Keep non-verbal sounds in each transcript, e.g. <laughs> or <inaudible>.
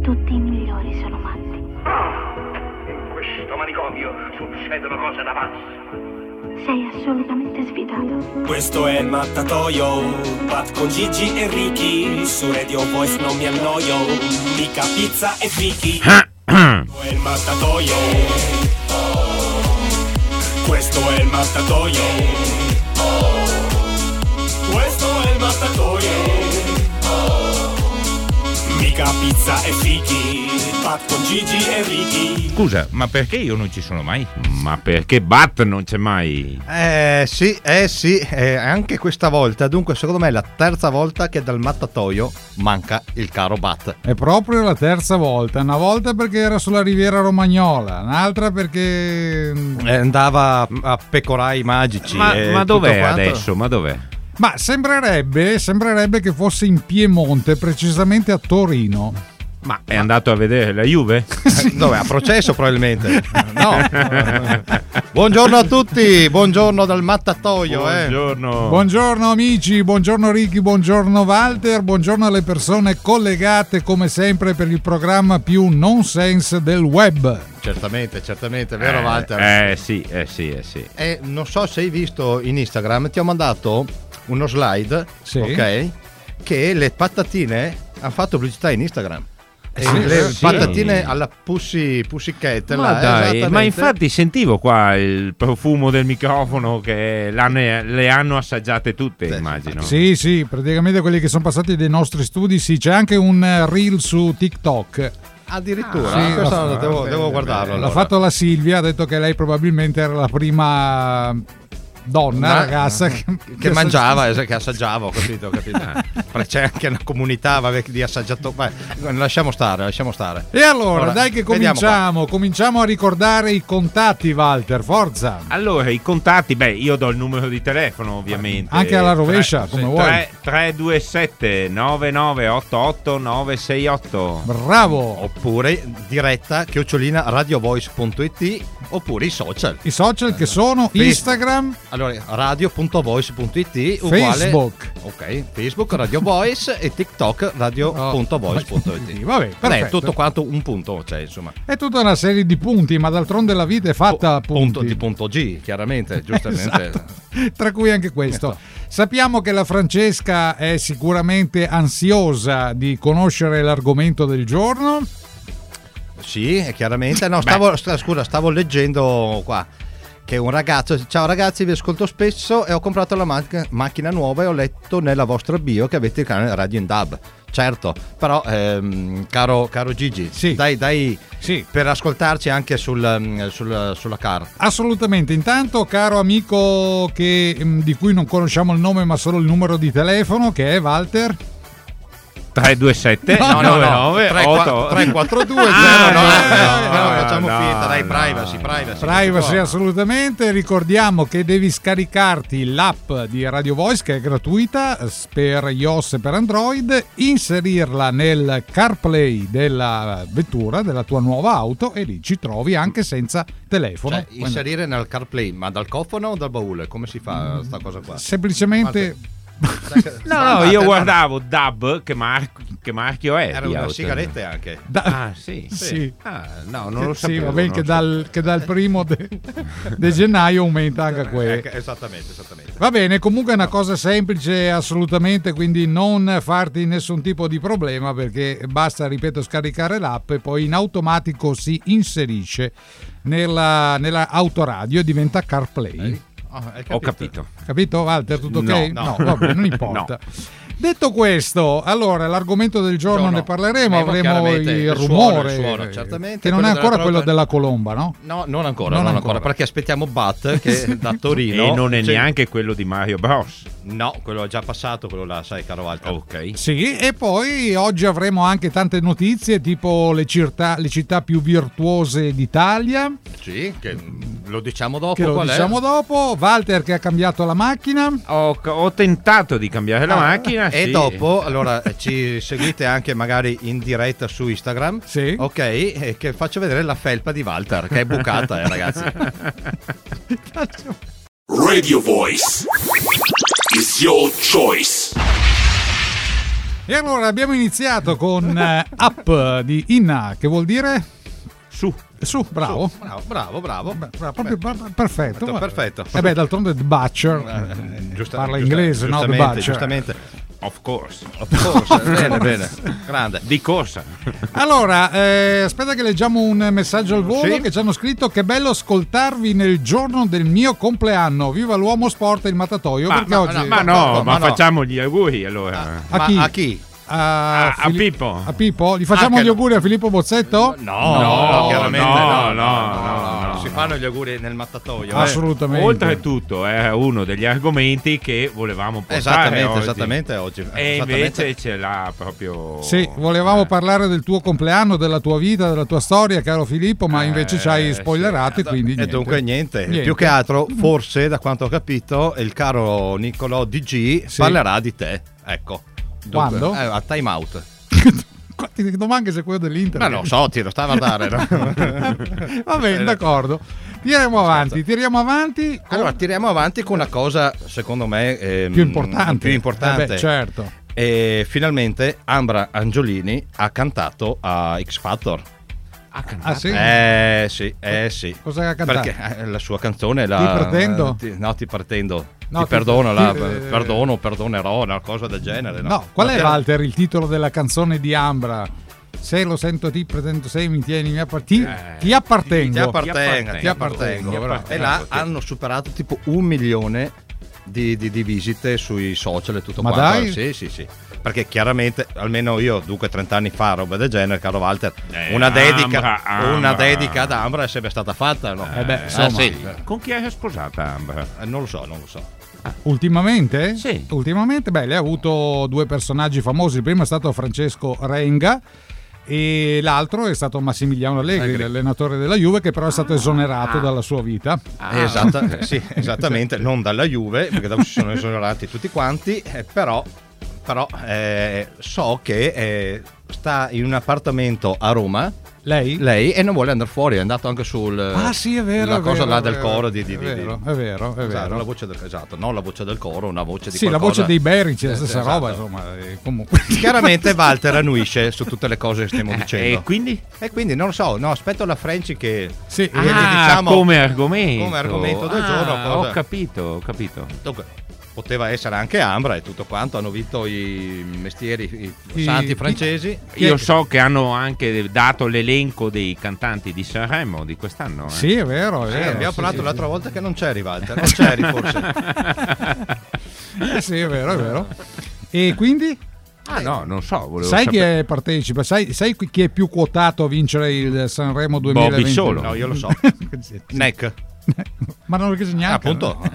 Tutti i migliori sono matti. In questo manicomio succedono cose da pazzi. Sei assolutamente sfidato. Questo è il mattatoio, Pat con Gigi e Ricky, su Radio Voice non mi annoio, mica pizza e fichi. Questo è il mattatoio, questo è il mattatoio, questo è il mattatoio, mica pizza e fichi, Pat con Gigi e Ricky. Scusa, ma perché io non ci sono mai? Ma perché Bat non c'è mai? Eh sì, eh sì, eh, anche questa volta. Dunque, secondo me è la terza volta che dal mattatoio manca il caro Bat. È proprio la terza volta. Una volta perché era sulla riviera romagnola, un'altra perché. mm, Eh, andava a pecorai magici. Ma, e ma tutto dov'è quanto. adesso? Ma dov'è? Ma sembrerebbe, sembrerebbe che fosse in Piemonte, precisamente a Torino. Ma è andato a vedere la <laughs> Juve? Eh, Dov'è? A processo probabilmente. No. buongiorno a tutti, buongiorno dal mattatoio. Eh. Buongiorno. Buongiorno amici, buongiorno Ricky, buongiorno Walter, buongiorno alle persone collegate come sempre per il programma più nonsense del web. Certamente, certamente, vero Eh, Walter? Eh sì, eh sì, eh sì. Eh, non so se hai visto in Instagram, ti ho mandato uno slide, Sì. ok? Che le patatine hanno fatto pubblicità in Instagram. E Eh, sì, le sì. patatine alla Pussy, pussy Cat, Ma là, dai, esattamente. ma infatti sentivo qua il profumo del microfono che l'hanno- le hanno assaggiate Eh, tutte, immagino. Sì, sì, praticamente quelli che sono passati dai nostri studi, sì, c'è anche un eh, reel su TikTok. addirittura Ah, sì, questo la- no, devo, bene, devo guardarlo. L'ha allora. fatto la Silvia, ha detto che lei probabilmente era la prima donna, Ma- <laughs> ragazza che, che mangiava, es- che assaggiava, ho capito, ho <laughs> capito. Ma C'è anche una comunità vabbè, di assaggiatori. Vai, Lasciamo stare, lasciamo stare. E allora, Ora, dai che vediamo cominciamo, cominciamo a ricordare i contatti Walter, forza! Allora, i contatti, beh, io do il numero di telefono ovviamente. Anche alla rovescia, Tre- come sì, vuoi. tre- 327 9988 968. Bravo! Oppure diretta chiocciolina radiovoice.it oppure i social. I social che sono Instagram, Allora, radio.voice.it uguale Facebook. Ok, Facebook Radio Voice e TikTok radio.voice.it. Oh, <laughs> Vabbè, Vabbè, perfetto. tutto quanto un punto, cioè, insomma. è tutta una serie di punti, ma d'altronde la vita è fatta a punti. Oh, punto di punto G, <laughs> chiaramente, giustamente. Esatto. Tra cui anche questo. Sappiamo che la Francesca è sicuramente ansiosa di conoscere l'argomento del giorno. Sì, eh, chiaramente. No, stavo, sta- scusa, stavo leggendo qua che un ragazzo ciao ragazzi vi ascolto spesso e ho comprato la mac- macchina nuova e ho letto nella vostra bio che avete il canale Radio in Dub certo però ehm, caro, caro Gigi Sì. dai, dai Sì. per ascoltarci anche sul, ehm, sul- sulla car Assolutamente, intanto caro amico che, mh, di cui non conosciamo il nome ma solo il numero di telefono che è Walter. 327 No, no, no, 99 tre- qua- 342, Ah, zero, no, no, no, no, no, facciamo no, finta, dai, no. privacy, privacy. Privacy No. assolutamente, ricordiamo che devi scaricarti l'app di Radio Voice che è gratuita eh, per iOS e per Android, inserirla nel CarPlay della vettura, della tua nuova auto e lì ci trovi anche senza telefono. Cioè, Quindi, inserire nel CarPlay, ma dal cofano o dal baule? Come si fa sta cosa qua? semplicemente <laughs> No, no, io guardavo Dub, che, mar- che marchio è? Era di una auto? sigaretta anche. da- Ah, sì. Sì. Ah, no, non lo sì, sapevo. Eh, va bene non che lo dal, che dal primo <laughs> de- de gennaio aumenta anche quello. Ecco, esattamente, esattamente. Va bene, comunque è una cosa semplice assolutamente, quindi non farti nessun tipo di problema perché basta, ripeto, scaricare l'app e poi in automatico si inserisce nella, nella autoradio e diventa CarPlay. Ah, hai sapevo. Ho capito. Capito Walter? Tutto ok? No, no. vabbè, non importa. Detto questo, allora l'argomento del giorno Giorno. ne parleremo, Eh, ma avremo chiaramente, il, il suono, rumore, il suono, eh, certamente. che non Quello della è ancora quello trota- della colomba, no? No, non ancora, Non non, ancora. ancora. perché aspettiamo <laughs> Bat che da Torino. E non è Cioè- neanche quello di Mario Bros. No, quello è già passato, quello là, sai, caro Walter. Ok. Sì, e poi oggi avremo anche tante notizie, tipo le città, le città più virtuose d'Italia, Sì, che lo diciamo dopo. che lo qual è? diciamo dopo, Walter che ha cambiato la macchina. Ho, ho tentato di cambiare la Ah, macchina. E sì. dopo, allora, eh, ci seguite anche magari in diretta su Instagram. Sì. Ok, e che faccio vedere la felpa di Walter, che è bucata, eh, ragazzi. Radio Voice is your choice. E allora abbiamo iniziato con eh, Up di Inna, che vuol dire? Su. Su, bravo. Bravo, bravo, bravo. Beh, bra- proprio per- perfetto. Perfetto, perfetto. Eh beh, d'altronde The Butcher eh, Giusta- parla giusta- inglese, no? The giustamente, Butcher. eh, Giustamente. Of course. Forse, bene, bene. Grande. Di cosa? Allora, eh, aspetta che leggiamo un messaggio al volo Sì. che ci hanno scritto che bello ascoltarvi nel giorno del mio compleanno. Viva l'uomo sport e il matatoio Ma, perché ma- oggi ma Ma no, no. ma facciamo gli auguri allora. a Ma chi? a chi? A, A- a Fili- Pippo. A Pippo? Gli facciamo Ah, che gli no. auguri a Filippo Bozzetto? No, no, chiaramente no, no. no, no, Si fanno gli auguri nel mattatoio. eh. Assolutamente. Oltretutto è eh, uno degli argomenti che volevamo portare Esattamente, oggi. esattamente oggi. E Esattamente. invece ce l'ha proprio... Sì, volevamo parlare del tuo compleanno, della tua vita, della tua storia, caro Filippo, ma invece ci hai Eh, spoilerato e E quindi niente. dunque niente. più che altro, forse da quanto ho capito, il caro Niccolò DG Sì. parlerà di te. Ecco. Dunque, Quando? eh, a time <laughs> out. Qua Ti chiedo anche se è quello Ma dell'Inter. lo so, ti lo stava a dare. no? <laughs> Va bene, d'accordo. Tiriamo avanti, tiriamo avanti. con- allora, tiriamo avanti con una cosa, secondo me, ehm, più importante. più importante. Eh beh, certo. E finalmente Ambra Angiolini ha cantato a X Factor. Ah, sì? Eh sì, eh sì. Cosa ha cantato? Perché eh, la sua canzone la... Eh, Ti pretendo? Ti- no, ti pretendo. No, ti ti- perdono, la- ti- eh, perdono, perdonerò, una cosa del genere. No, No, qual Ma è te- Walter il titolo della canzone di Ambra? Se lo sento ti pretendo se mi tieni mi appar- ti, ti appartengo. Eh, Ecco, Ti appartengo, Ti ti appartengo, appartengo. ti bravo. E appartengo, là sì. hanno superato tipo un milione di, di- di visite sui social e tutto Ma quanto. dai? Sì, sì, sì. Perché chiaramente, almeno io, dunque 30 anni fa, roba del genere, caro Walter, Eh, una, dedica, Ambra, Ambra. una dedica ad Ambra è sempre stata fatta, no? Eh beh, insomma. sì. Con chi è sposata Ambra? Eh, Eh, Non lo so, non lo so. Ah, Ultimamente? Sì. Ultimamente, beh, lei ha avuto due personaggi famosi. Il primo è stato Francesco Renga e l'altro è stato Massimiliano Allegri, Allegri. l'allenatore della Juve, che però è stato esonerato dalla sua vita. Esatta- sì, esattamente, non dalla Juve, perché dopo si sono esonerati tutti quanti, eh, però, però, eh, so che eh, sta in un appartamento a Roma Lei? lei e non vuole andare fuori, è andato anche sul... Ah, sì, è vero. La è cosa vero, là è del vero. coro di... di, è di- vero, è vero, è Esatto, vero. la voce del, esatto, non la voce del coro, una voce di Sì, la qualcosa. voce dei Berici, la Eh, stessa esatto. roba, insomma, eh, comunque. <laughs> <laughs> Chiaramente Walter annuisce su tutte le cose che stiamo dicendo. Eh, E quindi? E quindi non lo so, no, aspetto la French che... Sì, eh, Quindi Ah, diciamo- come argomento. come argomento del Ah, giorno, cosa- Ho capito, ho capito. Dunque, poteva essere anche Ambra e tutto quanto, hanno vinto i mestieri, i, I- santi francesi. Io so che hanno anche dato l'elenco dei cantanti di Sanremo di quest'anno. eh. sì, è vero, è Sì, vero. abbiamo sì, parlato sì, l'altra volta che non c'eri Walter, non c'eri forse. <laughs> Eh, sì, è vero, è vero. E quindi? Ah, no, non so. Volevo Sai sapere. chi è partecipa? Sai, sai chi chi è più quotato a vincere il Sanremo Bobby 2020? Solo. No, io lo <laughs> so. Neck. Ma non lo ricordo neanche. Ah, <laughs> Appunto.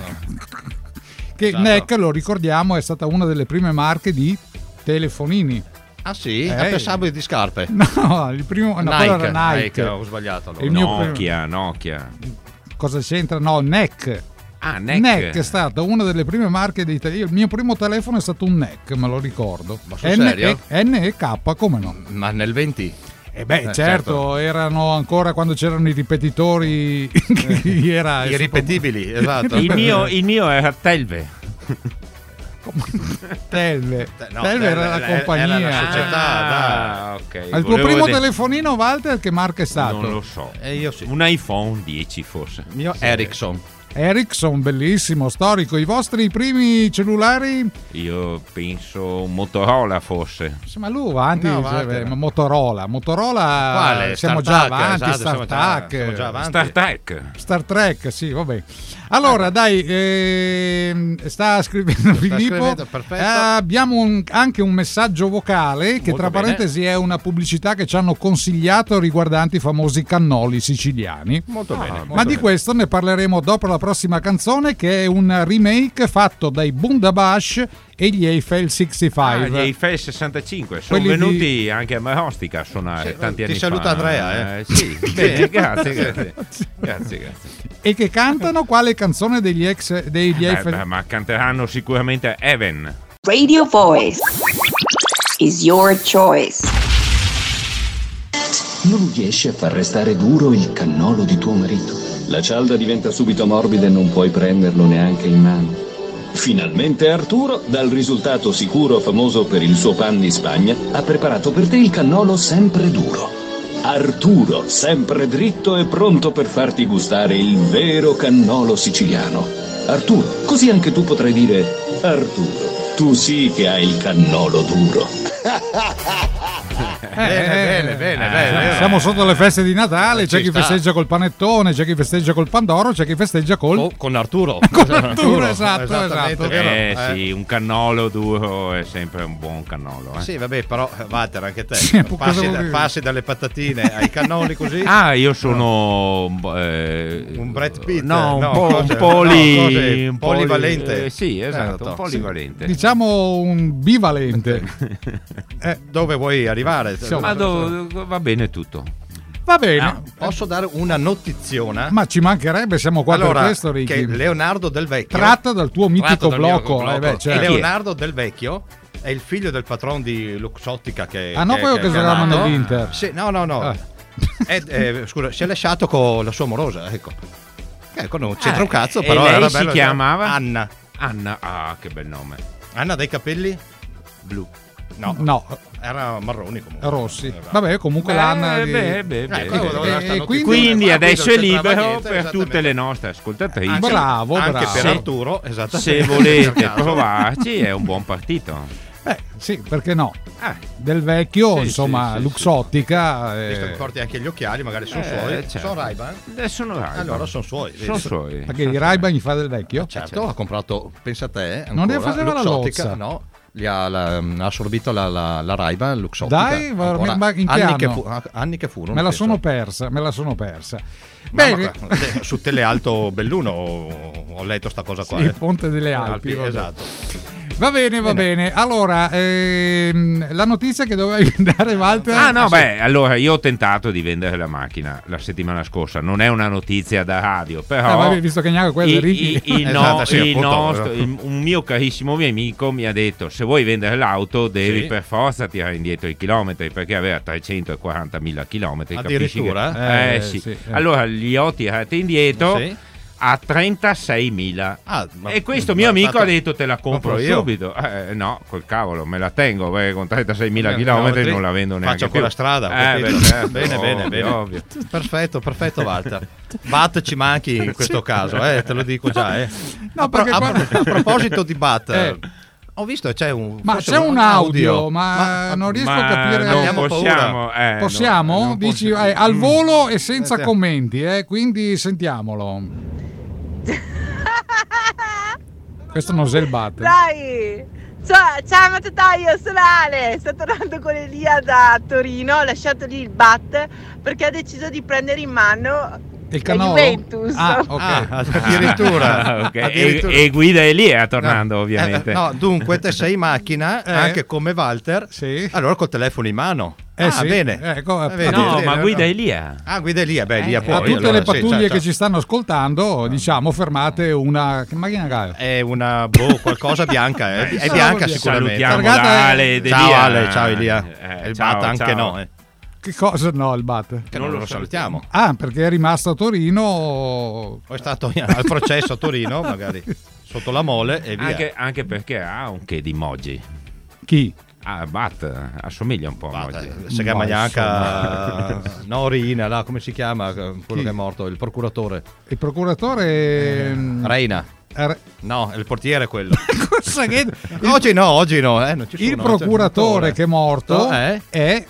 Che Esatto. NEC, lo ricordiamo, è stata una delle prime marche di telefonini. Ah sì? Eh. Ah, pensavo di scarpe. <laughs> No, il primo... No, quello Nike, era Nike. Nike, ho sbagliato. allora. Il mio- Nokia, Nokia. Cosa c'entra? No, NEC. Ah, NEC. NEC è stata una delle prime marche di Italia. Il mio primo telefono è stato un NEC, me lo ricordo. Ma sul serio? N-E-K, come no? Ma nel 20? E beh, Eh, certo, erano ancora quando c'erano i ripetitori. <laughs> era Eh, I ripetibili, esatto. Il mio, il mio era Telve. Telve. Eh, no, Telve era la compagnia. Era la cioè. società, Ah, ok. Ma il tuo Volevo primo vedere- telefonino, Walter, che marca è stato? Non lo so. dai. E io sì. Un iPhone 10 forse. Il mio Ericsson. Ericsson, bellissimo, storico. I vostri primi cellulari? Io penso un Motorola forse. Sì, Ma lui avanti, No, cioè, avanti, eh, Motorola. Motorola, Quale? Ah, siamo già StarTAC, avanti. esatto, siamo già- StarTAC. siamo già avanti. StarTAC. Star Trek, sì, vabbè. Allora, dai, ehm, sta scrivendo Filippo. scrivendo, perfetto. Eh, abbiamo un- anche un messaggio vocale che, Molto tra bene. parentesi, è una pubblicità che ci hanno consigliato riguardanti i famosi cannoli siciliani. Molto bene. molto Ma di bene. questo ne parleremo dopo la prossima canzone, che è un remake fatto dai Bundabash e gli Eiffel 65. Ah, gli Eiffel 65 sono Quelli di- venuti anche a Marostica a suonare tanti ti anni saluta fa. Andrea, eh. <laughs> sì, Sì. bene, grazie, grazie. grazie, grazie. Eh, E che cantano quale canzone degli ex degli Beh, Eiffel? beh, ma canteranno sicuramente Even. Radio voice is your choice. Non riesci a far restare duro il cannolo di tuo marito. La cialda diventa subito morbida e non puoi prenderlo neanche in mano. Finalmente Arturo, dal risultato sicuro famoso per il suo pan di Spagna, ha preparato per te il cannolo sempre duro. Arturo, sempre dritto e pronto per farti gustare il vero cannolo siciliano. Arturo, così anche tu potrai dire Arturo, tu sì che hai il cannolo duro. Esatto, bene, bene, bene, bene. Eh, Siamo sotto le feste di Natale, c'è Ci chi sta. festeggia col panettone, c'è chi festeggia col pandoro, c'è chi festeggia col... con Arturo. <laughs> con Arturo, esatto, esatto. Eh, sì, un cannolo duro è sempre un buon cannolo. eh. Sì, vabbè, però eh, Walter, anche te. può- cosa passi, vuol da- dire? passi dalle patatine ai cannoli così. Ah, io sono un Brad Pitt. No, un no, po', cose- un poli- no, cose un poli- polivalente. eh, sì, esatto, un Sì. polivalente. Diciamo un bivalente. Dove vuoi arrivare? Ma do- va bene tutto. Va bene. Ah, posso dare una notiziona? Ma ci mancherebbe, siamo qua allora, per questo, che Ricky. Leonardo Del Vecchio Tratta dal tuo mitico Tratto dal mio blocco. eh, beh, blocco. certo. Leonardo Del Vecchio è il figlio del patron di Luxottica che Ah, no, quello che Ah. è giocava nato. nell'Inter. Sì, no, no, <laughs> no. È- eh, scusa, si è lasciato con la sua morosa, ecco. Ecco, non c'entra Ah, un cazzo, e però lei era si bello- chiamava? Anna. Anna, ah, che bel nome. Anna dai capelli? Blu. No. No. Era marroni comunque. Eh, Rossi. Vabbè, comunque Beh, l'Anna di- beh, beh, beh. Ecco, Eh, doveva eh, stare quindi- notte- Quindi Ah, adesso è quindi non c'entrava libero niente, per esattamente. tutte le nostre ascoltatrici. Anche- Bravo, anche bravo. per Se- Arturo, esattamente. Se <laughs> volete Per caso. provarci, è un buon partito. Beh, Eh, sì, perché no? Eh. Del vecchio, insomma, Luxottica. eh, Visto che porti anche gli occhiali, magari sono Eh, suoi. certo. Sono Ray-Ban? Eh, sono Ray-Ban. Allora sono suoi. Sono suoi. Perché i Ray-Ban gli fa del vecchio? Certo, ha comprato, pensa a te, eh, Non ne ancora, faceva la Luxottica, lozza. No, gli ha, la- mm, ha assorbito la, la, la Ray-Ban Luxottica. Dai, ma- ancora. ma in che anni, anno? Che fu- ah, anni che furono. Me la penso. sono persa, me la sono persa. Mamma Bene. qua, te- su Telealto Belluno ho ho letto sta <laughs> cosa qua. Sì, eh. il Ponte delle Alpi, vabbè. esatto. Va bene, va bene. Allora, ehm, la notizia che <laughs> dovevi dare, Walter. Ah no, beh, allora io ho tentato di vendere la macchina la settimana scorsa, non è una notizia da radio, Eh, però... vabbè, visto che neanche quello i- è Ricky. i- i Esatto, no- i nostro- il- un mio carissimo mio amico mi ha detto se vuoi vendere l'auto devi Sì. per forza tirare indietro i chilometri perché aveva 340.000 chilometri capisci che- Addirittura? eh, Eh, sì. sì, eh. allora li ho tirati indietro Sì. a 36.000 Ah, ma- e questo mio ma- amico ma- ha detto te la compro compro io." subito Eh, no col cavolo me la tengo perché con 36.000 Eh, chilometri chilometri non la vendo neanche Faccio più. quella strada. Eh, capito? <laughs> beh, certo, bene, bene, ovvio, bene. ovvio. Perfetto, perfetto, <laughs> Walter. Bat ci manchi in questo caso, eh, te lo dico già. eh. No, a, pro- perché a guarda- <laughs> pro- a proposito di Bat, Eh. ho visto che c'è un. Ma forse c'è un audio, ma, non riesco ma a capire. non Abbiamo possiamo, paura. eh, possiamo? no, non Dici possiamo. eh, al Mm. volo e senza Eh, sì. commenti, eh, quindi sentiamolo. Questo non è il bat. Dai! Cioè, Ciao, ciao Matataio, sono Ale, sto tornando con Elia da Torino, ho lasciato lì il bat perché ha deciso di prendere in mano Il la canolo? Juventus. Ah, ok. Ah, addirittura, Ah, <laughs> ok. addirittura. Eh, E, e guida Elia tornando ovviamente No, dunque, te sei in macchina, Eh. anche come Walter, allora col telefono in mano. Eh, ah, sì. bene. Ecco, Ah, eh, bene, no bene, ma no. guida Elia Ah, guida Elia, beh, Elia poi. a Eh, tutte allora, le sì, pattuglie certo. Ah. che ci stanno ascoltando, diciamo, fermate una. Che macchina è? È una boh, qualcosa bianca, eh. è Sì, bianca sì, sicuramente. salutiamo Targata è- Ale ed Elia. ciao Ale, ciao Elia. Eh, E il ciao, Bat anche ciao. no. eh. Che cosa no, il bat? Che non, lo salutiamo. Ah, perché è rimasto a Torino. Poi è stato al processo a Torino, magari sotto la mole e via. anche, anche perché ha un che di Moggi <laughs> Chi? Ah, Bat assomiglia un po' a Moggi. Se eh, chiama Gnanca, <laughs> no, Rina, là, come si chiama quello Chi? che è morto? Il procuratore. Eh, Il procuratore... ehm, Reina. Re- No, il portiere quello. <laughs> Cosa che- <laughs> oggi no, oggi no. eh, non ci sono, il c'è procuratore che è morto To- eh? è...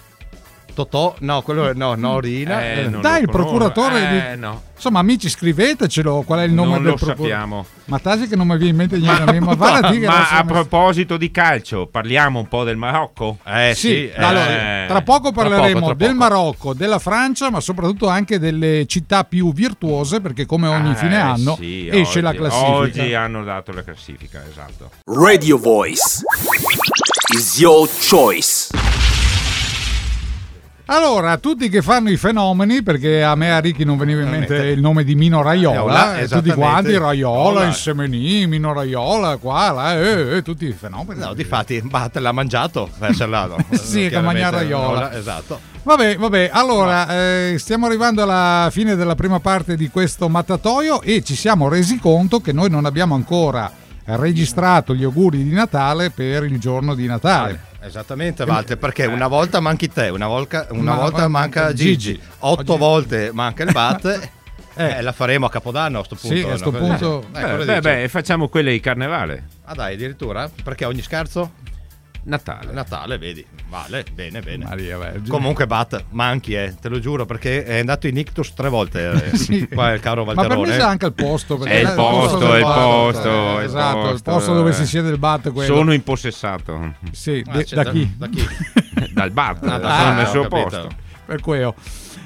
Totò, no, quello è- no, no, Rina. Eh, non Dai, lo il conosco. procuratore... Eh, di- no. Insomma, amici, scrivetecelo qual è il nome Non del lo procuratore. sappiamo. Ma tasi che non mi viene in mente niente. a me, ma guarda, <laughs> Ma- dica, ma adesso a mi- proposito di calcio, parliamo un po' del Marocco? eh. Eh Sì, allora, tra poco parleremo del Marocco, della Francia, ma soprattutto anche delle città più virtuose, perché come ogni fine anno esce la classifica. Eh, Oggi hanno dato la classifica, esatto. Radio Voice is your choice. Allora, a tutti che fanno i fenomeni, perché a me a Ricky non veniva in mente il nome di Mino Raiola, Raiola, e tutti esattamente. quanti, Raiola, Raiola. Insemenì, Mino Raiola, qua, là, eh, eh, tutti i fenomeni. No, difatti, Bat l'ha mangiato. eh, se l'ha, no. <laughs> Sì, che mangia Chiaramente, Raiola. no, Esatto. Vabbè, vabbè, allora eh, stiamo arrivando alla fine della prima parte di questo mattatoio e ci siamo resi conto che noi non abbiamo ancora registrato gli auguri di Natale per il giorno di Natale. Esattamente, Walter, perché Eh. una volta manchi te, una, volta- una Ma- volta manca Gigi, Gigi. otto Oggi- volte manca il Bat. <laughs> Eh, la faremo a Capodanno a sto Sì, punto. a no? Eh, sto Cosa punto- dici? Beh, beh, cosa dici? beh, facciamo quelle di carnevale. Ah dai, addirittura? Perché ogni scherzo? Natale. Natale, vedi. Vale, bene, bene. Maria Vergine. Comunque Bat, manchi, eh, te lo giuro, perché è andato in ictus tre volte <laughs> eh, qua il caro Ma per Valterone. me c'è anche il posto. perché È il là- posto, del è il bar, posto. eh, è Esatto, il posto dove si siede il bat. è quello. Sono impossessato. <laughs> Sì, Ah, de- da chi? Dal bar, Ah, sono nel ho suo capito. posto. <laughs> Per quello.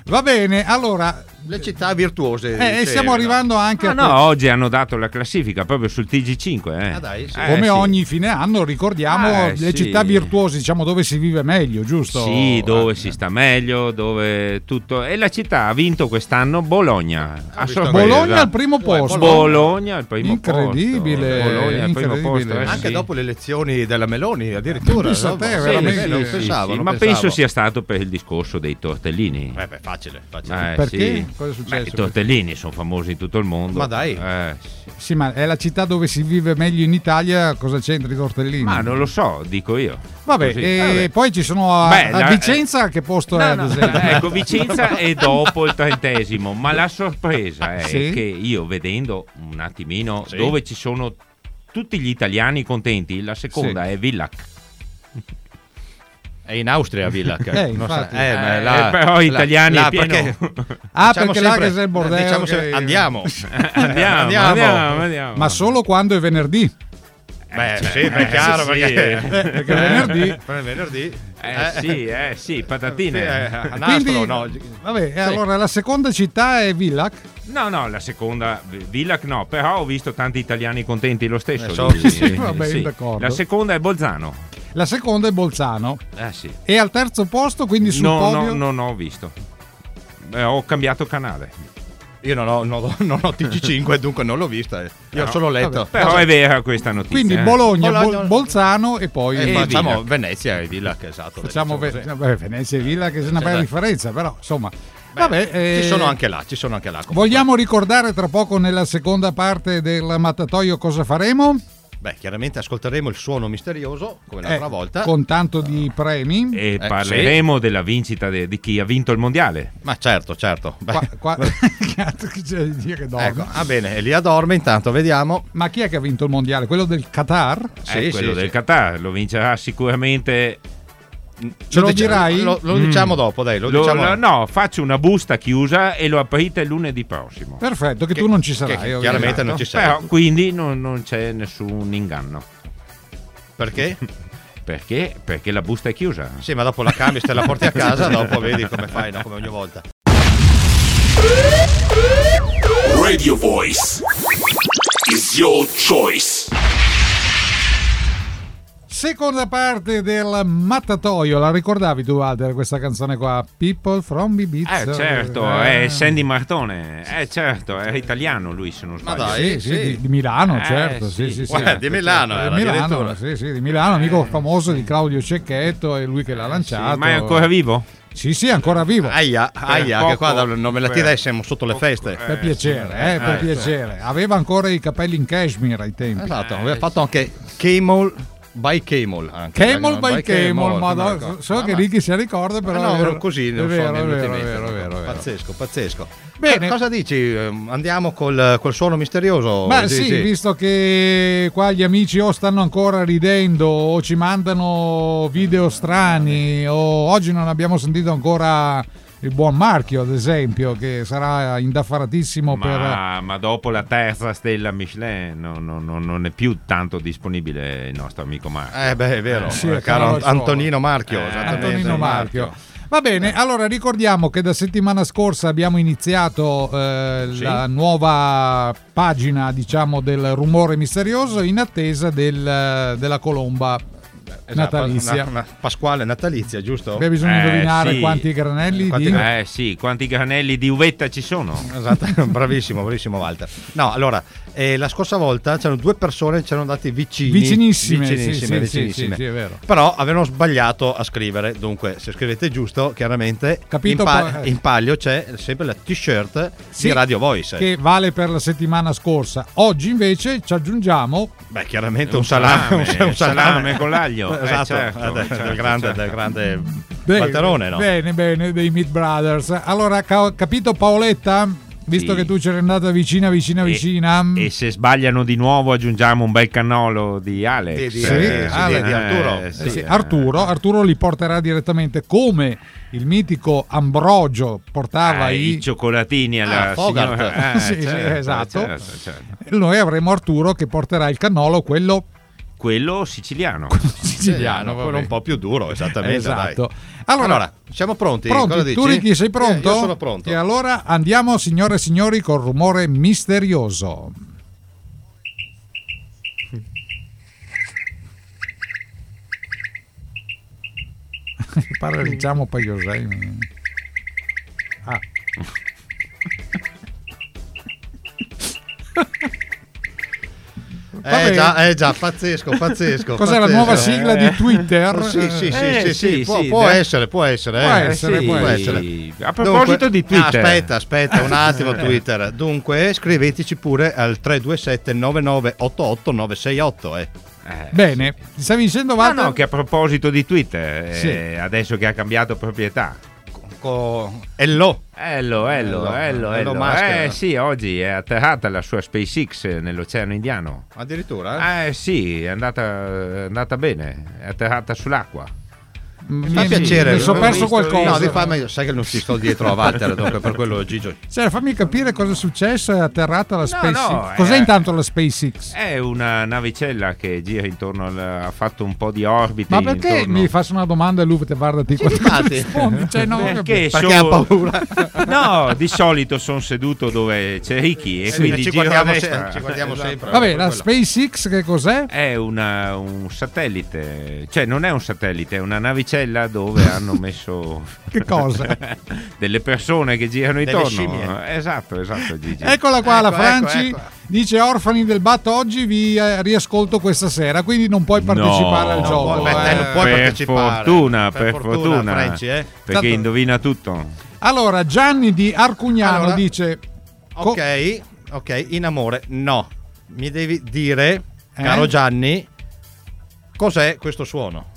Va bene, allora... Le città virtuose. Eh, dicevi, stiamo arrivando anche Ah, a... no, oggi hanno dato la classifica proprio sul TG5. Ah, eh. Eh, come sì. ogni fine anno ricordiamo Ah, le sì. città virtuose, diciamo dove si vive meglio, giusto? Sì, dove eh. si sta meglio, dove tutto. E la città ha vinto quest'anno Bologna. A visto sorpresa. esatto. Bologna al primo posto. Bologna al primo Incredibile, posto. Bologna al primo incredibile. Eh, posto. eh, Anche sì. dopo le elezioni della Meloni, addirittura. Pensa no? te, Sì, veramente. sì, non Sì, pensavo, Sì, non Ah, ma pensavo. penso sia stato per il discorso dei tortellini. Eh beh, facile, facile. Eh, Perché? sì. Cosa è successo? Beh, I tortellini sono famosi in tutto il mondo. Ma dai. Eh, sì. Ah, Sì, ma è la città dove si vive meglio in Italia, cosa c'entra i tortellini? Ma non lo so, dico io. Vabbè, Così. e Vabbè. poi ci sono a, Beh, a la- Vicenza, che posto è ad esempio? Eh, Ecco, Vicenza è dopo il trentesimo, ma la sorpresa è Sì? che io vedendo un attimino dove ci sono tutti gli italiani contenti, la seconda Sì. è Villac. È in Austria Villac. Eh, Non sa- infatti. eh, ma Eh, là- però gli italiani là è pieno. <laughs> perché- Ah, diciamo perché là sempre- che c'è il bordello diciamo sempre, che- andiamo. Andiamo, andiamo, andiamo. Ma solo quando è venerdì. Beh, sì, ma è chiaro sì, perché, eh. Perché Eh, venerdì- per venerdì. Eh, sì, eh sì, patatine. Sì, eh, a nastro, Quindi- no. Vabbè, Sì. e allora la seconda città è Villac. No, no, la seconda Villac no, però ho visto tanti italiani contenti lo stesso. Eh, so- quindi- sì, vabbè, sì. d'accordo. La seconda è Bolzano. La seconda è Bolzano. Eh sì. E al terzo posto, quindi sul No, podio... no, non ho visto. Eh, ho cambiato canale. Io non ho, non ho- non <laughs> ho TG5, dunque non l'ho vista. eh. Io ho No. solo letto. Vabbè, Però è vera questa notizia. Quindi eh. Bologna, Bol- Bolzano e poi Eh, e facciamo Villac. Venezia e Villac, esatto. diciamo, Facciamo Ve- sì. beh, Venezia e Villa che è una Sì, bella dai. differenza, però insomma... Vabbè, eh, Ci sono anche là, ci sono anche là. comunque. Vogliamo ricordare tra poco nella seconda parte del mattatoio cosa faremo? Beh, chiaramente ascolteremo il suono misterioso, come l'altra Eh, volta. Con tanto di premi. E Eh, parleremo della vincita de- di chi ha vinto il mondiale. Ma certo, certo. Beh, Qua, qua- <laughs> che altro che c'è da dire che dorme? ecco, va bene, Elia dorme intanto, vediamo. Ma chi è che ha vinto il mondiale? Quello del Qatar? è quello del Qatar, lo vincerà sicuramente. Ce diciamo- lo dirai? Lo, lo diciamo dopo, dai, lo, Mm. Lo- diciamo lo- no, faccio una busta chiusa e lo aprite lunedì prossimo. Perfetto, che, tu non ci sarai. che ovviamente. chiaramente non ci Però, serve. quindi non, non c'è nessun inganno. Perché? <laughs> Perché? Perché la busta è chiusa. Sì, ma dopo la cambi, se te la <laughs> porti a casa, dopo vedi come fai, no? come ogni volta. Radio Voice is your choice. Seconda parte del mattatoio, la ricordavi tu Walter questa canzone qua? People from Ibiza. Eh certo, è Sandy Martone, eh certo, era italiano lui se non sbaglio. Sì, sì, Di, di Milano, Eh, certo. Sì, sì. sì, sì, Guarda, di Milano Di era, Milano, addirittura. sì, sì, di Milano, amico Eh, famoso di Claudio Cecchetto, è lui che l'ha lanciato. Ma è ancora vivo? Eh, Sì, sì, è ancora vivo. Aia, aia, poco- che qua da- non me la per- tirai, siamo sotto le feste. Per piacere, eh, per Eh, piacere. Aveva ancora i capelli in cashmere ai tempi. Esatto, aveva fatto anche Camel by Camel. anche, by Camel by Camel, Camel, come ma ricordo. so che Ricky si ricorda, però. Ah, è no, vero. così è non so, vero, mi è è venuto vero, in è mente. vero, è vero, è vero. Pazzesco, pazzesco. Bene. Bene. Cosa dici? Eh, Andiamo col, col suono misterioso? Ma Gigi? sì, visto che qua gli amici o stanno ancora ridendo o ci mandano video strani o oggi non abbiamo sentito ancora il buon Marchio, ad esempio, che sarà indaffaratissimo per... Ma, ma dopo la terza stella Michelin no- no- no- non è più tanto disponibile il nostro amico Marco. Eh beh, è vero, Eh, sì, eh, è caro caro Antonino Marchio. Eh, esattamente. Antonino Marchio. Va bene, allora ricordiamo che da settimana scorsa abbiamo iniziato eh, la nuova pagina, diciamo, del rumore misterioso in attesa del- della colomba Esatto, natalizia. na- na- Pasquale natalizia, giusto? Beh, bisogna indovinare quanti granelli di- Eh sì, quanti granelli di uvetta ci sono? Esatto, <laughs> bravissimo, bravissimo Walter. No, allora, eh, la scorsa volta c'erano due persone che ci erano andati vicini. Vicinissime, sì, vicinissime, sì, sì, vicinissime. sì, sì, è vero. Però avevano sbagliato a scrivere, dunque se scrivete giusto, chiaramente Capito, in, pa- poi- eh. in palio c'è sempre la t-shirt Sì, di Radio Voice. Che vale per la settimana scorsa. Oggi invece ci aggiungiamo... Beh, chiaramente Un un salame, un salame, salame, salame con <laughs> l'aglio. Eh, Esatto, certo, eh, del, certo, del grande, certo. del grande Bene, Walterone, no? Bene, bene, dei Meat Brothers. Allora, ca- capito Paoletta? Visto Sì. che tu c'eri andata vicina, vicina, vicina. E se sbagliano di nuovo aggiungiamo un bel cannolo di Alex. Sì, di- sì, di- di Arturo. eh, Eh sì, sì. Arturo, Arturo li porterà direttamente come il mitico Ambrogio portava Ah, Eh, i... i cioccolatini alla Ah, Fogart. signora. eh, <laughs> Sì, sì, certo, esatto. certo, certo. Noi avremo Arturo che porterà il cannolo, quello Quello siciliano. siciliano, quello un po' più duro, esattamente. Esatto. dai. Allora- siamo pronti? Pronti? Cosa dici? Tu Ricky sei pronto? Eh, io sono pronto. E allora andiamo signore e signori col rumore misterioso. <laughs> Parla diciamo Paiosei. Ah. Va Eh bene. già, eh già, pazzesco, <laughs> pazzesco. Cos'è la pazzesco. nuova <laughs> sigla Eh. di Twitter? Sì, sì, sì, Eh, sì, sì, sì, può, sì, può dai. essere, può essere. Può eh. essere, Sì, può essere. A proposito di Twitter. Ah, aspetta, aspetta, un attimo <laughs> Eh. Twitter. Dunque, scriveteci pure al 327 9988 968, eh. Bene, ti stavi dicendo Walter? No, no, che a proposito di Twitter, eh, Sì. adesso che ha cambiato proprietà. Ello. Ello, Ello, Ello, Ello, Elon Ello. Musk. Eh sì, oggi è atterrata la sua SpaceX nell'Oceano Indiano. Addirittura? Eh sì, è andata, è andata bene, è atterrata sull'acqua. Mi fa piacere. Mi sono ho perso visto- qualcosa. No, di fama io- sai che non ci sto dietro a Walter, dunque per quello Gigio. Cioè, fammi capire cosa è successo. È atterrata la SpaceX. no, Cos'è eh. intanto la SpaceX? È una navicella che gira intorno, al- ha fatto un po' di orbite. Ma perché intorno. mi faccio una domanda e lui te guarda ti rispondi? Cioè, <laughs> no, perché vabbè. so- <laughs> no, di solito sono seduto dove c'è Ricky e Sì, quindi ci giro a guardiamo se- destra. ci guardiamo sempre. Vabbè, la SpaceX che cos'è? È una- un satellite, cioè non è un satellite, è una navicella dove hanno messo <laughs> Che cosa? <laughs> delle persone che girano Delle intorno. scimmie. Esatto, esatto, Gigi. Eccola qua, la Ecco, Franci ecco, dice orfani del batto oggi vi eh, riascolto questa sera, quindi non puoi partecipare al No. gioco. Beh, dai, non eh. puoi per partecipare. fortuna, Per per, fortuna, fortuna, Franci, eh. perché Tanto- indovina tutto. Allora, Gianni di Arcugnano dice co- Ok, ok, in amore no. Mi devi dire, Eh? caro Gianni, cos'è questo suono?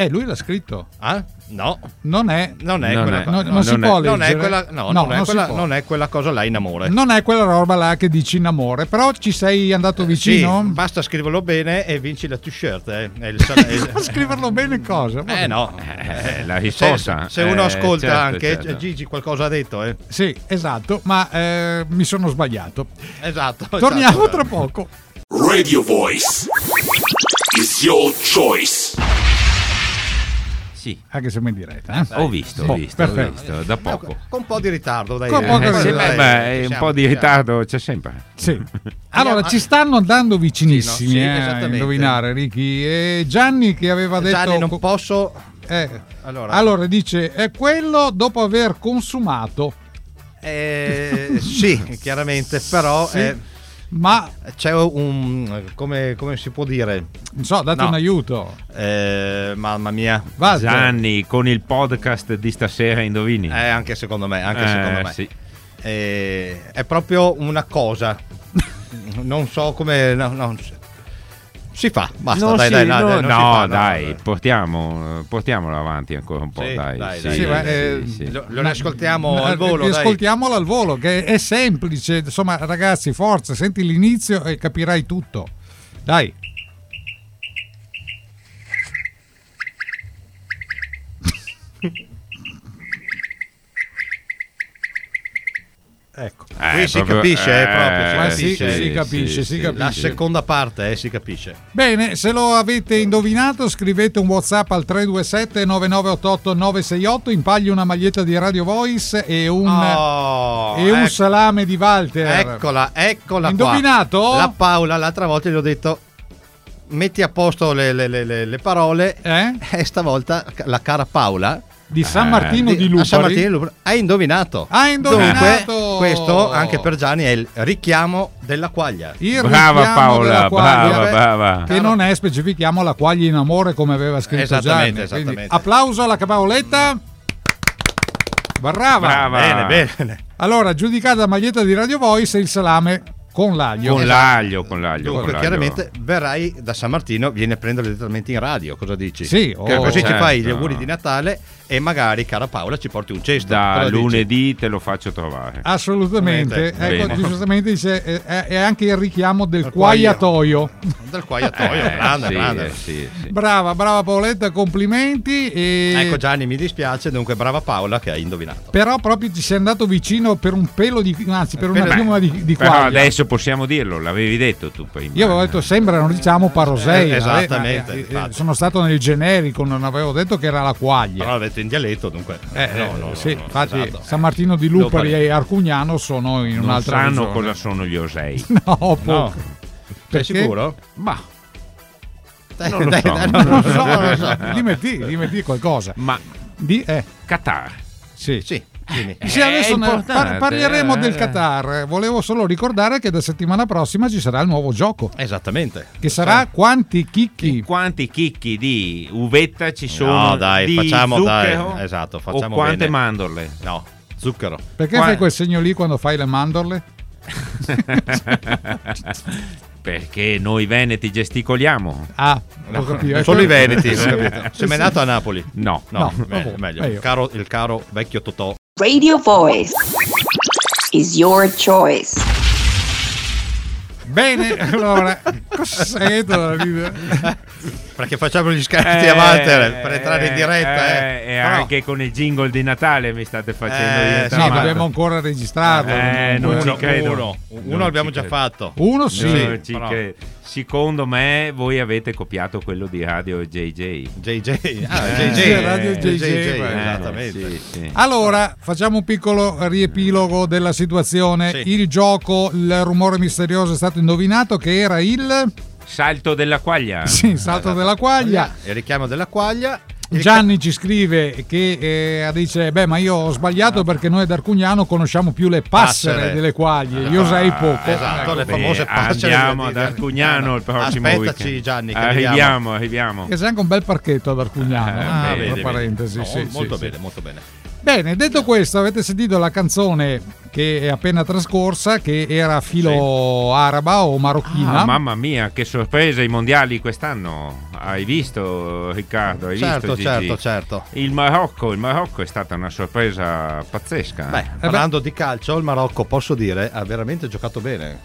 Eh, lui l'ha scritto. Ah? No. Non è Non è non quella è. cosa. No, non si può non è leggere. quella, no, No, non, è non si quella, può. non è quella cosa là in Eh. amore. Non è quella roba là che dici in amore, però ci sei Eh, andato Sì, vicino. basta scriverlo bene e vinci la t-shirt. Eh. È il sal- Ma <laughs> scriverlo bene cosa? eh no, Eh, la Se- risposta. Se, uno Eh, ascolta certo, anche certo. Gigi qualcosa ha detto, eh. Sì, esatto, ma eh, mi sono sbagliato. Esatto. Torniamo esatto. tra poco. Radio Voice is your choice. Sì. Anche siamo in diretta. eh? Ho visto, Boh, ho visto, ho perfetto. visto, da poco. Con un po' di ritardo, dai. Con eh. poco di Dai, diciamo, Sì, beh, dai, beh, ci un siamo, po' di ci siamo. ritardo c'è sempre. Sì. Allora, ci stanno andando vicinissimi Sì, no, sì, eh, a esattamente. indovinare, Ricky. E Gianni che aveva detto... Gianni, non posso. Eh, Allora, allora dice, è quello dopo aver consumato. eh, sì, chiaramente, però <laughs> Sì. eh, Ma, c'è un. Come, come si può dire? non so, date No. un aiuto. Eh, mamma mia, Walter. Gianni con il podcast di stasera indovini. eh, anche secondo me, anche Eh, secondo me. sì. Eh, è proprio una cosa. non so come. no, no. Si fa, basta, Non dai, si- dai, no, no, dai, non si no, fa, no, dai, portiamo- portiamolo avanti ancora un po'. Sì, dai, dai, sì, dai, dai, eh, sì, sì, sì. Lo, lo ascoltiamo Ma- al volo. eh, dai. ascoltiamolo al volo, che è semplice. Insomma, ragazzi, forza, senti l'inizio e capirai tutto. Dai. Ecco, Eh, qui si proprio- capisce, eh, eh, proprio, si ma capisce. sì, sì, si capisce, si La capisce. seconda parte, eh, si capisce. Bene, se lo avete indovinato, scrivete un WhatsApp al 327 9988 968, impagli una maglietta di Radio Voice e un, e un ecco. salame di Walter. Eccola, eccola qua. Indovinato? La Paola l'altra volta gli ho detto metti a posto le, le- le- le- le parole Eh? Eh, e stavolta la cara Paola Di eh, San Martino di Lupari. a San Martino di Lupari, ha indovinato. Ha indovinato! Dunque, questo anche per Gianni è il richiamo della quaglia. Il Brava richiamo Paola, della brava, quaglia, brava. Che non è, specifichiamo, la quaglia in amore come aveva scritto Esattamente, Esatto, Gianni. esattamente. Mm. Quindi, applauso alla Paoletta. Brava. Brava. Bene, bene. Allora, giudicata la maglietta di Radio Voice e il salame con l'aglio. Eh, Con l'aglio, con l'aglio. Dunque, con l'aglio. chiaramente verrai da San Martino, vieni a prendere direttamente in radio, cosa dici? Sì, Che oh, così certo. ci fai gli auguri di Natale e magari, cara Paola, ci porti un cesto. Da Cosa dici? lunedì te lo faccio trovare. Assolutamente. Bene. Ecco, giustamente dice, eh, è, è anche il richiamo del quaglio. quagliatoio. Dal quagliatoio, Eh, grande, sì, grande. eh, sì, sì. Brava, brava Paoletta, complimenti. E... Ecco Gianni, mi dispiace, dunque brava Paola che hai indovinato. Però proprio ci sei andato vicino per un pelo di... anzi, per una Beh, piuma di, di però quaglia. adesso possiamo dirlo, l'avevi detto tu prima. Eh, esatto. Io avevo detto sembrano diciamo parosei. Eh, esatto. esattamente, infatti. sono stato nel generico, non avevo detto che era la quaglia. Però l'avete in dialetto, dunque. Eh, no, no, no, sì, no, infatti esatto. San Martino di Lupari e Arcugnano sono in Non un'altra sanno regione. cosa sono gli osei. <laughs> No, poco. No. Sei Perché? sicuro? Ma Dai, non lo dai, so. dai, Non lo so, non lo so. <laughs> Dimetti, dimetti qualcosa. Ma Di, eh, Qatar. sì. Sì, dimmi. Sì, adesso ne- par- parleremo eh. del Qatar. Volevo solo ricordare che da settimana prossima ci sarà il nuovo gioco. Esattamente. Che sarà Cioè, quanti chicchi? Quanti chicchi di uvetta ci sono? No, dai, di facciamo, zucchero? dai, esatto, o facciamo quante bene. mandorle? No, zucchero. Perché Qua- fai quel segno lì quando fai le mandorle? Perché noi veneti gesticoliamo? Ah, ho capito. Solo i Veneti, Sì, capito? sì. Eh, Sei mai nato a Napoli? No. No, No, meglio, vabbè, meglio. meglio. Caro- il caro vecchio Totò. Radio Voice is your choice. Bene, allora, cosa sei da Eh, ridere? Perché facciamo gli scherzi a Walter per entrare in diretta, eh. eh, E No, anche con il jingle di Natale mi state facendo Eh, diventare No, matto. dobbiamo ancora registrarlo. Eh, non ci uno, credo. uno, Non uno l'abbiamo ci già credo. fatto. Uno sì. Non ci però- credo. Secondo me voi avete copiato quello di Radio JJ. JJ. Ah, Eh, JJ. sì, Radio JJ, JJ, beh. esattamente. Eh, sì, sì. Allora, facciamo un piccolo riepilogo della situazione. Sì. Il gioco, il rumore misterioso è stato indovinato che era il Salto della quaglia. <laughs> sì, il salto della quaglia. Esatto. Il richiamo della quaglia. Il Gianni ci scrive che eh, dice: Beh, ma io ho sbagliato perché noi ad Arcugnano conosciamo più le passere, Passere. Ah, eh, delle quaglie, gli osei poco. Ecco, Esatto, le Beh, famose passere Eh, Andiamo di- ad di- Arcugnano il prossimo Aspettaci, weekend. Gianni, che arriviamo, arriviamo. Che c'è anche un bel parchetto ad Arcugnano. Eh, Ah, bene, tra bene. parentesi, No, sì, molto sì, bene, sì. molto bene. Bene, detto questo, avete sentito la canzone che è appena trascorsa, che era filo araba o marocchina. Ah, mamma mia, che sorpresa i mondiali quest'anno. Hai visto Riccardo? Hai Certo, visto, Gigi? certo, certo. Il Marocco, il Marocco è stata una sorpresa pazzesca. Eh Beh, parlando di calcio, il Marocco posso dire ha veramente giocato bene.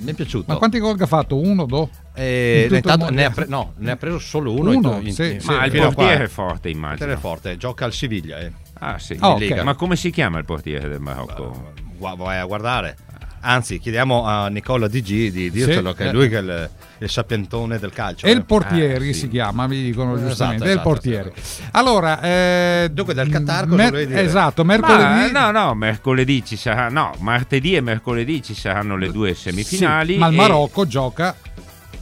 Mi è piaciuto. Ma quanti gol che ha fatto? Uno, due? Eh, in tutto intanto il mondo? ne, ha pre- no, ne ha preso solo uno. Uno, in- in- sì, in- sì. Ma il fino a portiere qua. è forte, Il immagino. portiere è forte, gioca al Siviglia. Eh. Ah, sì. Ah, in ok. Lega. Ma come si chiama il portiere del Marocco? Gua- Vai a guardare. Anzi, chiediamo a Nicola DG di dircelo Sì. che è lui che è il, il sapientone del calcio. E eh. il portiere Ah, sì. si chiama, mi dicono Esatto, giustamente. È il esatto, portiere. Allora, eh, Dunque, dal Qatar cosa volevi dire? Esatto, Ma, mercoledì. no, no, mercoledì ci sarà. No, martedì e mercoledì ci saranno le due semifinali. Sì, ma il e Marocco gioca.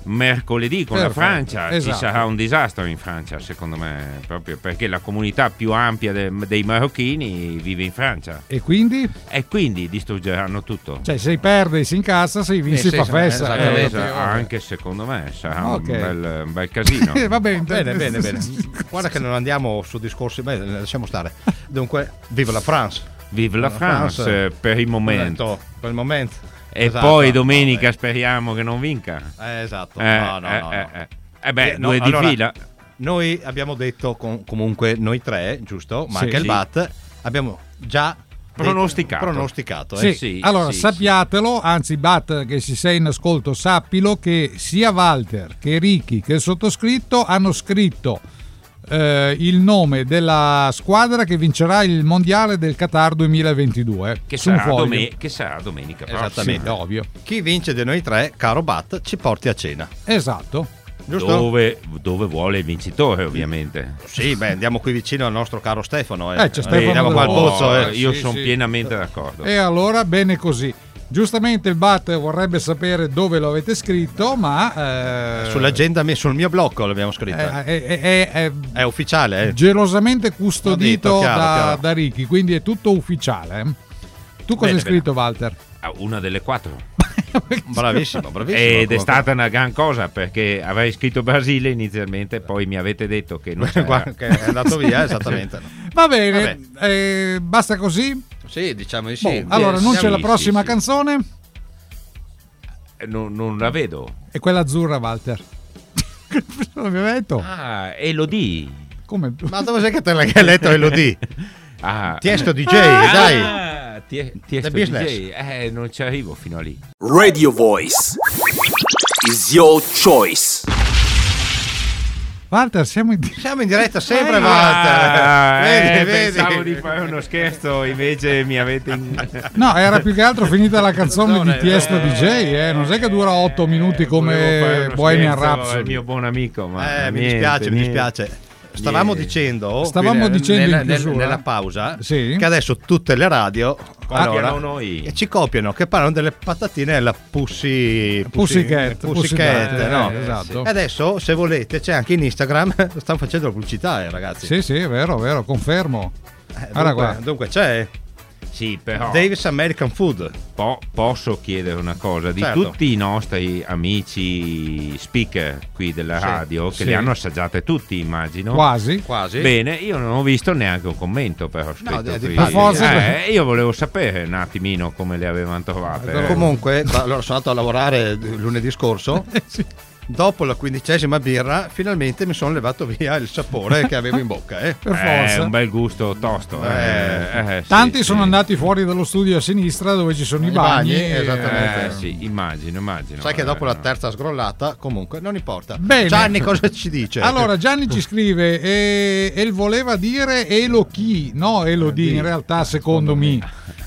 Mercoledì con Perfetto, la Francia esatto. ci sarà un disastro in Francia, secondo me, proprio perché la comunità più ampia de- dei marocchini vive in Francia E quindi? e quindi distruggeranno tutto. Cioè, se perde si incassa, se vince sì, fa sì, festa. Eh, esattamente. Eh, Ah, esatto, anche secondo me sarà Ok. un, bel, un bel <laughs> casino. eh, va bene, Bene, bene, bene. Guarda che non andiamo su discorsi, beh, lasciamo stare. Dunque, viva la France. Vive la La France France. eh, per il momento. Momento, Per il momento. E Esatto. poi domenica speriamo che non vinca. Eh, esatto. Eh, no, no, eh, no. eh, eh. Eh beh, no, due di allora, fila. Noi abbiamo detto com- comunque noi tre, giusto? Ma Sì. anche il Sì. Bat abbiamo già detto- Pronosticato. pronosticato, Sì, eh. allora sappiatelo, anzi Bat che si sei in ascolto sappilo che sia Walter che Ricky che il sottoscritto hanno scritto eh, il nome della squadra che vincerà il mondiale del Qatar 2022. Che su un sarà, Ah, foglio. dome- che sarà domenica prossima. Esattamente, ovvio. Chi vince di noi tre, caro Bat, ci porti a cena. Esatto. Giusto? Dove, dove vuole il vincitore, ovviamente. Sì, beh, andiamo qui vicino al nostro caro Stefano. Eh, c'è Stefano andiamo qua al Della pozzo. Porta. eh. Io sono pienamente d'accordo. E allora bene così. Giustamente il Bat vorrebbe sapere dove lo avete scritto, ma... eh, Sull'agenda, mi- sul mio blocco l'abbiamo scritta. eh, eh, eh, eh, È ufficiale, eh. gelosamente Ho custodito detto, chiaro, da, chiaro. da Ricky, quindi è tutto ufficiale. eh. Tu cosa Bene, hai scritto, Walter? Ah, Una delle quattro. Bravissimo, bravissimo. Ed è stata una gran cosa perché avrei scritto Brasile inizialmente, poi mi avete detto che <laughs> non c'era. Guarda che è andato via, esattamente. Va bene, eh, basta così. Sì, diciamo di Boh, allora, non c'è la prossima canzone? Eh, <laughs> Non, non la vedo. È quella <laughs> azzurra, Walter. L'abbiamo detto. Ah, Elodie. Come? Ma dove sei che te l'hai letto Elodie? Ah. Tiesto DJ, Ah, dai. Tie- Tiesto The business. DJ. Eh, non ci arrivo fino a lì. Radio Voice is your choice. Walter, siamo in Eh, ah, diretta. Siamo in diretta sempre, Ah, Walter. eh, vedi, vedi. Pensavo di fare uno scherzo, invece mi avete. <laughs> in- No, era più che altro finita la canzone di Canzone, Tiesto DJ, eh. non sai che dura 8 minuti Volevo fare come uno Bohemian scherzo Rhapsody. al mio buon amico, ma Eh, mi niente, dispiace, mi niente. dispiace. Stavamo Niente. dicendo, oh, Stavamo quindi, dicendo nella, in nel- chiusura- nella pausa che adesso tutte le radio Copiano allora, noi. ci copiano che parlano delle patatine alla Pussy Pussycat, Pussycat, Pussycat, no? eh, esatto. E adesso se volete c'è anche in Instagram stanno facendo la pubblicità eh, ragazzi. Sì, sì, è vero, è vero, confermo. Eh, Guarda dunque, qua. dunque c'è Sì, però. Davis American Food. Po- posso chiedere una cosa di Certo. tutti i nostri amici speaker qui della Sì, radio che sì. le hanno assaggiate tutti immagino Quasi. Quasi. bene io non ho visto neanche un commento però scritto di- di qui. fatti. Ma forse- Eh, io volevo sapere un attimino come le avevano trovate Comunque, ma allora sono andato a lavorare lunedì scorso. Dopo la quindicesima birra, finalmente mi sono levato via il sapore che avevo in bocca. Eh. Per è forza. un bel gusto tosto eh. Eh, sì, Tanti sì. sono andati fuori dallo studio a sinistra dove ci sono i, I bagni, esatto. e- esattamente. Eh, sì, immagino immagino Sai che dopo Eh, la terza sgrollata, comunque, non importa. Bene. Gianni cosa ci dice? Allora Gianni ci scrive e, e il voleva dire Elochi, no Eh, Elodie in realtà secondo me.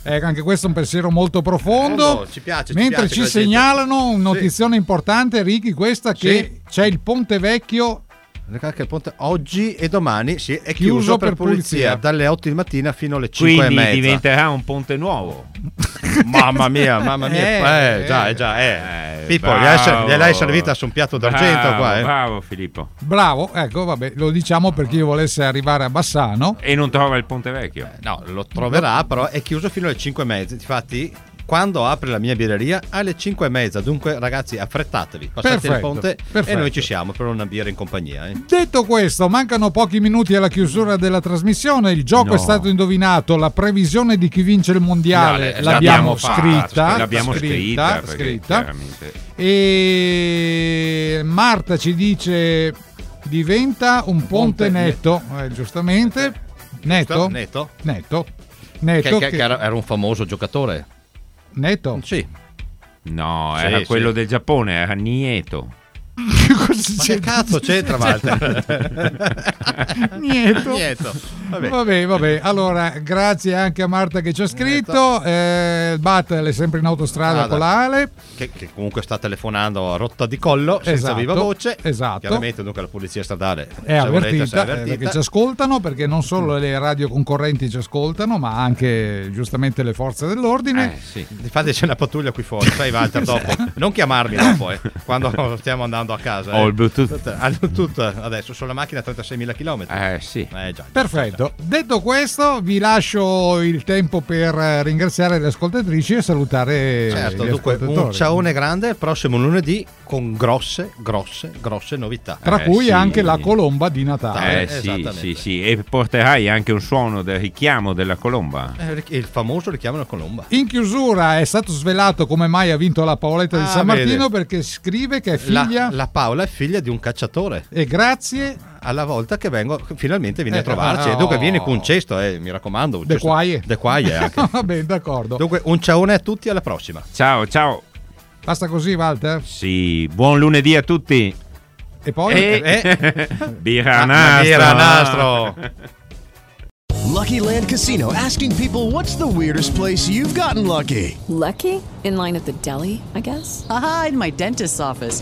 Eh, anche questo è un pensiero molto profondo. Profondo, ci piace, ci Mentre piace ci, quella gente. segnalano una notizione importante, Ricky, questa che c'è il Ponte Vecchio Ragazzi, il ponte oggi e domani sì, è chiuso, Chiuso per, per pulizia, pulizia. dalle 8 di mattina fino alle 5 e quindi mezza. diventerà un ponte nuovo <laughs> Mamma mia, mamma mia. Eh, Eh, già, eh, già, eh. Pippo, bravo. gliel'hai ser- gliel'hai servita su un piatto d'argento Bravo, qua, eh. bravo Filippo Bravo, ecco, vabbè, lo diciamo per chi volesse arrivare a Bassano. e non trova il ponte vecchio no lo troverà, però è chiuso fino alle 5 e mezza. Infatti, quando apre la mia birreria alle 5 e mezza. Dunque, ragazzi, affrettatevi, passate il Perfetto, ponte e perfetto. noi ci siamo per una birra in compagnia. eh. Detto questo, mancano pochi minuti alla chiusura della trasmissione. Il gioco No. è stato indovinato. La previsione di chi vince il mondiale No, l'abbiamo, fatta, scritta. cioè, l'abbiamo scritta, perché scritta. chiaramente- E Marta ci dice: diventa un, ponte, netto. Eh, giustamente, netto. Netto? Netto. Netto. Che- che- che- che era, era un famoso giocatore. netto. Sì. No, Sì, era sì. quello del Giappone, era Nieto. Ma che cazzo c'entra, Walter? Nieto. Nieto. Vabbè. Vabbè. vabbè, Allora, grazie anche a Marta che ci ha scritto. Eh, il Battle è sempre in autostrada Strada. con la Ale. Che, che comunque sta telefonando a rotta di collo senza Esatto, viva voce. esatto. Chiaramente, dunque, la polizia stradale È se volete, se è avvertita, Mm. eh, perché ci ascoltano, perché non solo le radio concorrenti ci ascoltano, ma anche giustamente le forze Eh, dell'ordine. Esatto. Infatti c'è una pattuglia qui fuori, sai Walter dopo. Non chiamarmi dopo, eh, quando stiamo andando a casa. Ho il Bluetooth. Hanno tutto adesso, sulla macchina 36.000 km. Eh sì. Eh già. Perfetto, detto questo vi lascio il tempo per eh, ringraziare le ascoltatrici e salutare Certo, gli dunque un ascoltatori. ciaone grande il prossimo lunedì con grosse, grosse, grosse novità. Tra cui anche la colonna colomba di Natale. Eh sì, sì, sì, e porterai anche un suono del richiamo della colomba. eh, Il famoso richiamo alla colomba. In chiusura è stato svelato come mai ha vinto la Paoletta di Ah, San Martino vede. perché scrive che è figlia La, la Paola è figlia di un cacciatore. E grazie alla volta che vengo, finalmente viene Eh, a trovarci. no. E dunque viene con un cesto, eh, mi raccomando. De Quaie. De Quaie anche. <laughs> Va bene, d'accordo. Dunque un ciaone a tutti, alla prossima. Ciao, ciao. Basta così, Walter? Sì, buon lunedì a tutti. E poi? Eh, eh. <laughs> Ma- Birra ma Ah, birra nastro. Lucky Land Casino asking people what's the weirdest place you've gotten lucky? Lucky? In line at the deli, I guess? Haha, in my dentist's office.